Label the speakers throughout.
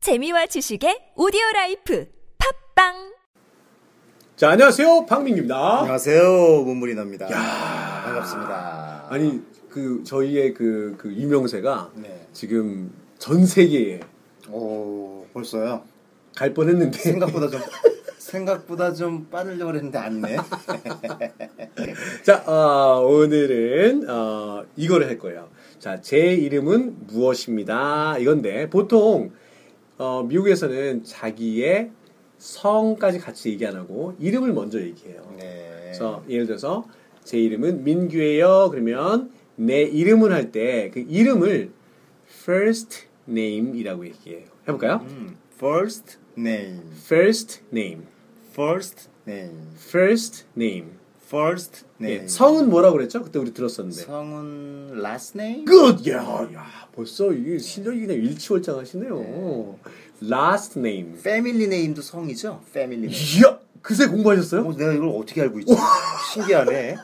Speaker 1: 재미와 지식의 오디오 라이프 팝빵
Speaker 2: 자, 안녕하세요. 박민규입니다.
Speaker 3: 안녕하세요. 문무리너입니다.
Speaker 2: 야.
Speaker 3: 반갑습니다.
Speaker 2: 아니, 그, 저희의 그, 그 유명세가
Speaker 3: 네.
Speaker 2: 지금 전 세계에
Speaker 3: 오, 벌써요.
Speaker 2: 갈 뻔 했는데.
Speaker 3: 생각보다 좀 생각보다 좀 빠르려고 했는데 안 네.
Speaker 2: 자, 아, 오늘은, 어, 이거를 할 거예요. 자, 제 이름은 무엇입니다. 이건데, 보통, 어, 미국에서는 자기의 성까지 같이 얘기 안 하고, 이름을 먼저 얘기해요.
Speaker 3: 네.
Speaker 2: 그래서 예를 들어서 제 이름은 민규예요. 그러면 내 이름을 할 때 그 이름을 first name이라고 얘기해요. 해볼까요?
Speaker 3: 음, first name,
Speaker 2: first name,
Speaker 3: first name,
Speaker 2: first name.
Speaker 3: first name.
Speaker 2: 예, 성은 뭐라고 그랬죠? 그때 우리 들었었는데.
Speaker 3: 네. 성은 last name.
Speaker 2: good. 야, 야, 벌써
Speaker 3: 네.
Speaker 2: 이게 실력이 그냥 일치월장하시네요. last name.
Speaker 3: 패밀리 네임도 성이죠. 패밀리 네임.
Speaker 2: 이야, 그새 공부하셨어요?
Speaker 3: 어, 내가 이걸 어떻게 알고 있지? 신기하네. 네.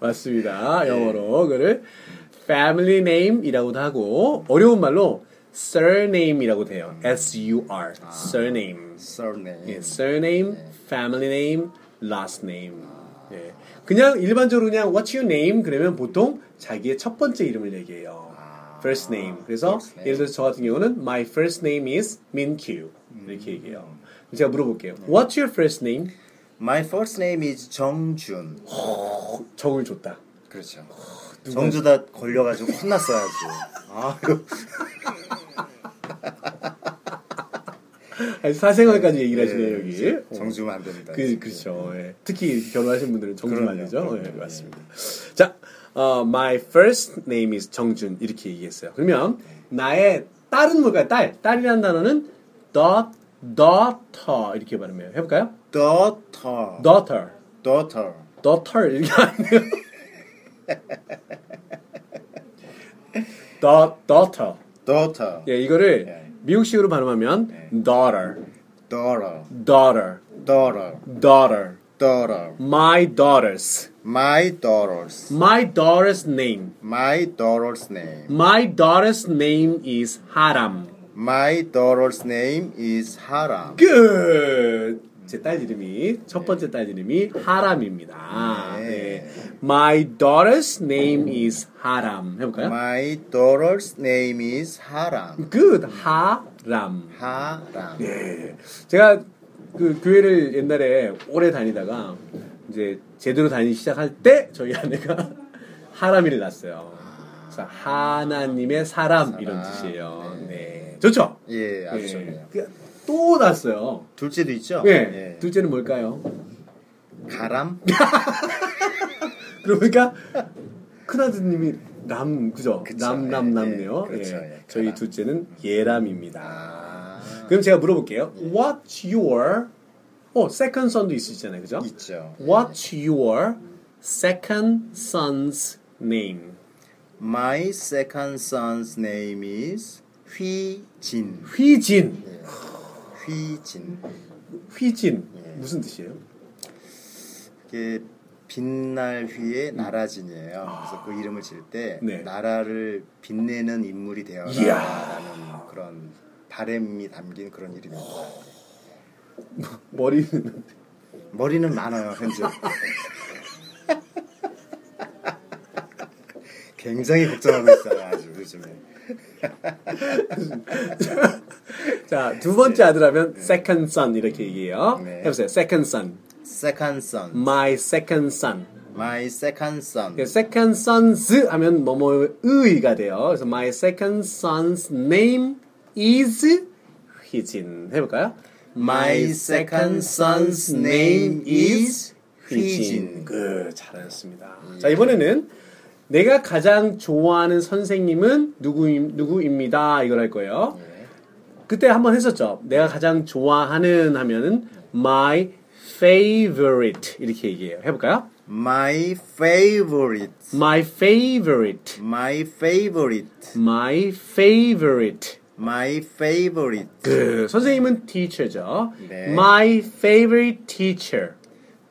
Speaker 2: 맞습니다. 영어로 그를 family name이라고도 하고 어려운 말로 surname이라고 돼요.
Speaker 3: 음.
Speaker 2: S U R
Speaker 3: 아.
Speaker 2: surname.
Speaker 3: surname.
Speaker 2: 예, surname,
Speaker 3: 네.
Speaker 2: family name, last name. 예. 그냥 일반적으로 그냥 what's your name 그러면 보통 자기의 첫 번째 이름을 얘기해요. first name. 그래서
Speaker 3: 아, first name.
Speaker 2: 예를 들어서 저 같은 경우는 my first name is 민큐
Speaker 3: 음.
Speaker 2: 이렇게 얘기해요. 제가 물어볼게요.
Speaker 3: 네.
Speaker 2: What's your first name?
Speaker 3: My first name is 정준.
Speaker 2: 정을 줬다.
Speaker 3: 그렇죠. 정주다 걸려가지고 혼났어야지. 아, 이거
Speaker 2: 아니, 사생활까지 얘기를 하시네요 여기.
Speaker 3: 예, 정주면 안 됩니다.
Speaker 2: 어.
Speaker 3: 네.
Speaker 2: 그, 그렇죠. 예. 특히 결혼하신 분들은 정준
Speaker 3: 그럼요,
Speaker 2: 아니죠?
Speaker 3: 그럼요.
Speaker 2: 예, 맞습니다. 자, 어, my first name is 정준 이렇게 얘기했어요.
Speaker 3: 네.
Speaker 2: 그러면 나의 딸은 뭘까요? 딸, 딸이라는 단어는 da- daughter 이렇게 발음해요. 해볼까요?
Speaker 3: daughter,
Speaker 2: daughter,
Speaker 3: daughter,
Speaker 2: daughter 이렇게 안 돼요. da- daughter.
Speaker 3: daughter,
Speaker 2: 예, 이거를
Speaker 3: 예.
Speaker 2: 미국식으로 발음하면
Speaker 3: 네.
Speaker 2: daughter,
Speaker 3: daughter,
Speaker 2: daughter,
Speaker 3: daughter,
Speaker 2: daughter.
Speaker 3: daughter.
Speaker 2: My daughters.
Speaker 3: My daughter's,
Speaker 2: My daughter's name.
Speaker 3: my daughter's name.
Speaker 2: My daughter's name is 하람.
Speaker 3: My daughter's name is
Speaker 2: 그
Speaker 3: Haram.
Speaker 2: 끝. 제딸 이름이 첫 번째 딸 이름이 하람입니다.
Speaker 3: 네.
Speaker 2: 네. My daughter's name is 하람. 해볼까요?
Speaker 3: My daughter's name is Haram.
Speaker 2: 끝. 하람.
Speaker 3: Haram.
Speaker 2: 예. 제가 그 교회를 옛날에 오래 다니다가 이제 제대로 다니기 시작할 때 저희 아내가 하람이를 낳았어요. 그래서 하나님의 사람 이런
Speaker 3: 사람.
Speaker 2: 뜻이에요. 네. 좋죠?
Speaker 3: 예, 아주 좋네요.
Speaker 2: 그, 또 났어요.
Speaker 3: 둘째도 있죠?
Speaker 2: 예. 둘째는 뭘까요?
Speaker 3: 가람?
Speaker 2: 그러니까 큰아드님이 남 그죠?
Speaker 3: 그쵸, 예,
Speaker 2: 남남 남네요.
Speaker 3: 예, 그렇죠,
Speaker 2: 예.
Speaker 3: 예,
Speaker 2: 저희
Speaker 3: 가람.
Speaker 2: 둘째는 예람입니다.
Speaker 3: 아, 예.
Speaker 2: 그럼 제가 물어볼게요. What's your 어, second son도 있으시잖아요. 그죠?
Speaker 3: 있죠.
Speaker 2: What's your second son's name?
Speaker 3: My second son's name is 휘진.
Speaker 2: 휘진.
Speaker 3: 예. 휘진.
Speaker 2: 휘진.
Speaker 3: 예.
Speaker 2: 무슨 뜻이에요?
Speaker 3: 이게 빛날 그 휘의 나라진이에요. 그래서 그 이름을 지을 때
Speaker 2: 네.
Speaker 3: 나라를 빛내는 인물이 되어라라는 그런 바램이 담긴 그런 이름입니다.
Speaker 2: 머리는
Speaker 3: 머리는 많아요, 현재. 굉장히 걱정하고 있어요, 아주 요즘에.
Speaker 2: 자, 두 번째 아들 하면 second son 이렇게 얘기해요.
Speaker 3: 예. 네.
Speaker 2: 해보세요. second son.
Speaker 3: Second son,
Speaker 2: My second son.
Speaker 3: my second son,
Speaker 2: 예, second son's 하면 뭐뭐의가 돼요. 그래서 my second son's name is 휘진. 해볼까요?
Speaker 3: My second son's name is 휘진.
Speaker 2: 그 잘하셨습니다. 자 이번에는 내가 가장 좋아하는 선생님은 누구 누구입니다. 이걸 할 거예요.
Speaker 3: 네.
Speaker 2: 그때 한번 했었죠. 내가 가장 좋아하는 하면은 my favorite 이렇게 얘기해요. 해볼까요?
Speaker 3: my favorite,
Speaker 2: My favorite.
Speaker 3: my favorite.
Speaker 2: My favorite.
Speaker 3: My favorite.
Speaker 2: 그 선생님은 teacher죠.
Speaker 3: 네.
Speaker 2: My favorite teacher.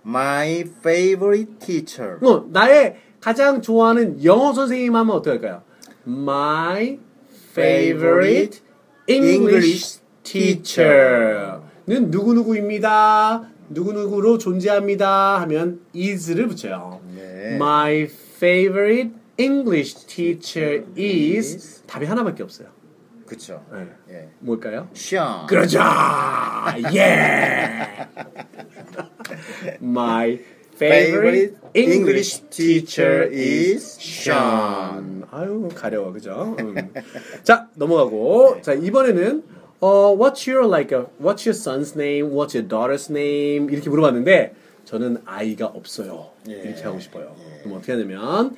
Speaker 3: My favorite teacher.
Speaker 2: 뭐, 어, 나의 가장 좋아하는 영어 선생님 하면 어떨까요? My favorite English teacher는 누구누구입니다. 누구누구로 존재합니다 하면 is를 붙여요.
Speaker 3: 네.
Speaker 2: My favorite English teacher is 답이 하나밖에 없어요.
Speaker 3: 그쵸.
Speaker 2: 네.
Speaker 3: 예.
Speaker 2: 뭘까요?
Speaker 3: 션.
Speaker 2: 그러죠. 예. My favorite English teacher is Sean. 음, 아유 가려워 그죠? 음. 자 넘어가고 자 이번에는 어 What's your like? a- What's your son's name? What's your daughter's name? 이렇게 물어봤는데 저는 아이가 없어요. 이렇게 하고 싶어요. 그럼 어떻게 하냐면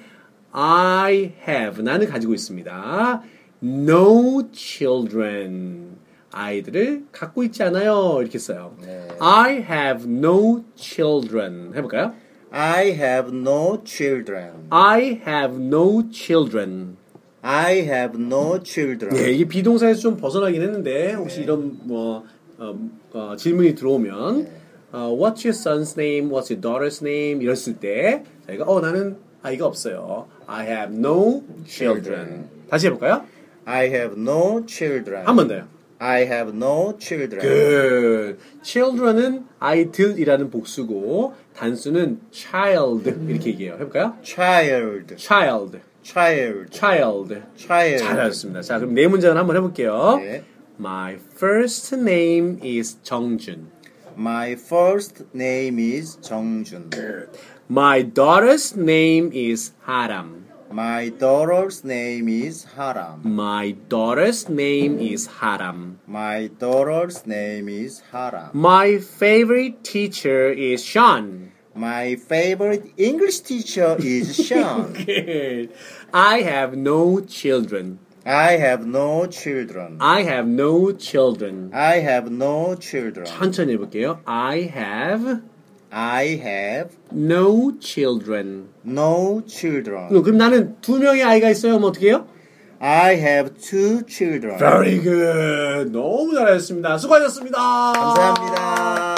Speaker 2: I have 나는 가지고 있습니다. No children 아이들을 갖고 있지 않아요. 이렇게 써요. I have no children 해볼까요?
Speaker 3: I have no children.
Speaker 2: I have no children.
Speaker 3: I have no children.
Speaker 2: 예, 이게 비동사에서 좀 벗어나긴 했는데 혹시 이런 뭐 어, 어, 질문이 들어오면 어, What's your son's name? What's your daughter's name? 이랬을 때 저희가 어 나는 아이가 없어요. I have no children. 다시 해볼까요?
Speaker 3: I have no children.
Speaker 2: 한 번 그- 더요.
Speaker 3: I have no children.
Speaker 2: Good. Children은 아이들이라는 복수고 단수는 child 이렇게 얘기해요. 해볼까요?
Speaker 3: Child.
Speaker 2: Child,
Speaker 3: Child.
Speaker 2: child.
Speaker 3: Child.
Speaker 2: 잘하셨습니다. 자 그럼 네 문장을 한번 해볼게요.
Speaker 3: 네.
Speaker 2: My first name is 정준.
Speaker 3: My first name is 정준.
Speaker 2: 그- My daughter's name is 하람.
Speaker 3: My daughter's name is 하람.
Speaker 2: My daughter's name is 하람.
Speaker 3: My daughter's name is 하람.
Speaker 2: My favorite teacher is Sean.
Speaker 3: My favorite English teacher is Sean.
Speaker 2: Good. I have no children.
Speaker 3: I have no children.
Speaker 2: I have no children.
Speaker 3: I have no children.
Speaker 2: 천천히 해볼게요. I have
Speaker 3: I have
Speaker 2: no children.
Speaker 3: no children.
Speaker 2: 그럼 나는 두 명의 아이가 있어요. 그럼 어떻게 해요?
Speaker 3: I have two children.
Speaker 2: Very good. 너무 잘하셨습니다. 수고하셨습니다.
Speaker 3: 감사합니다.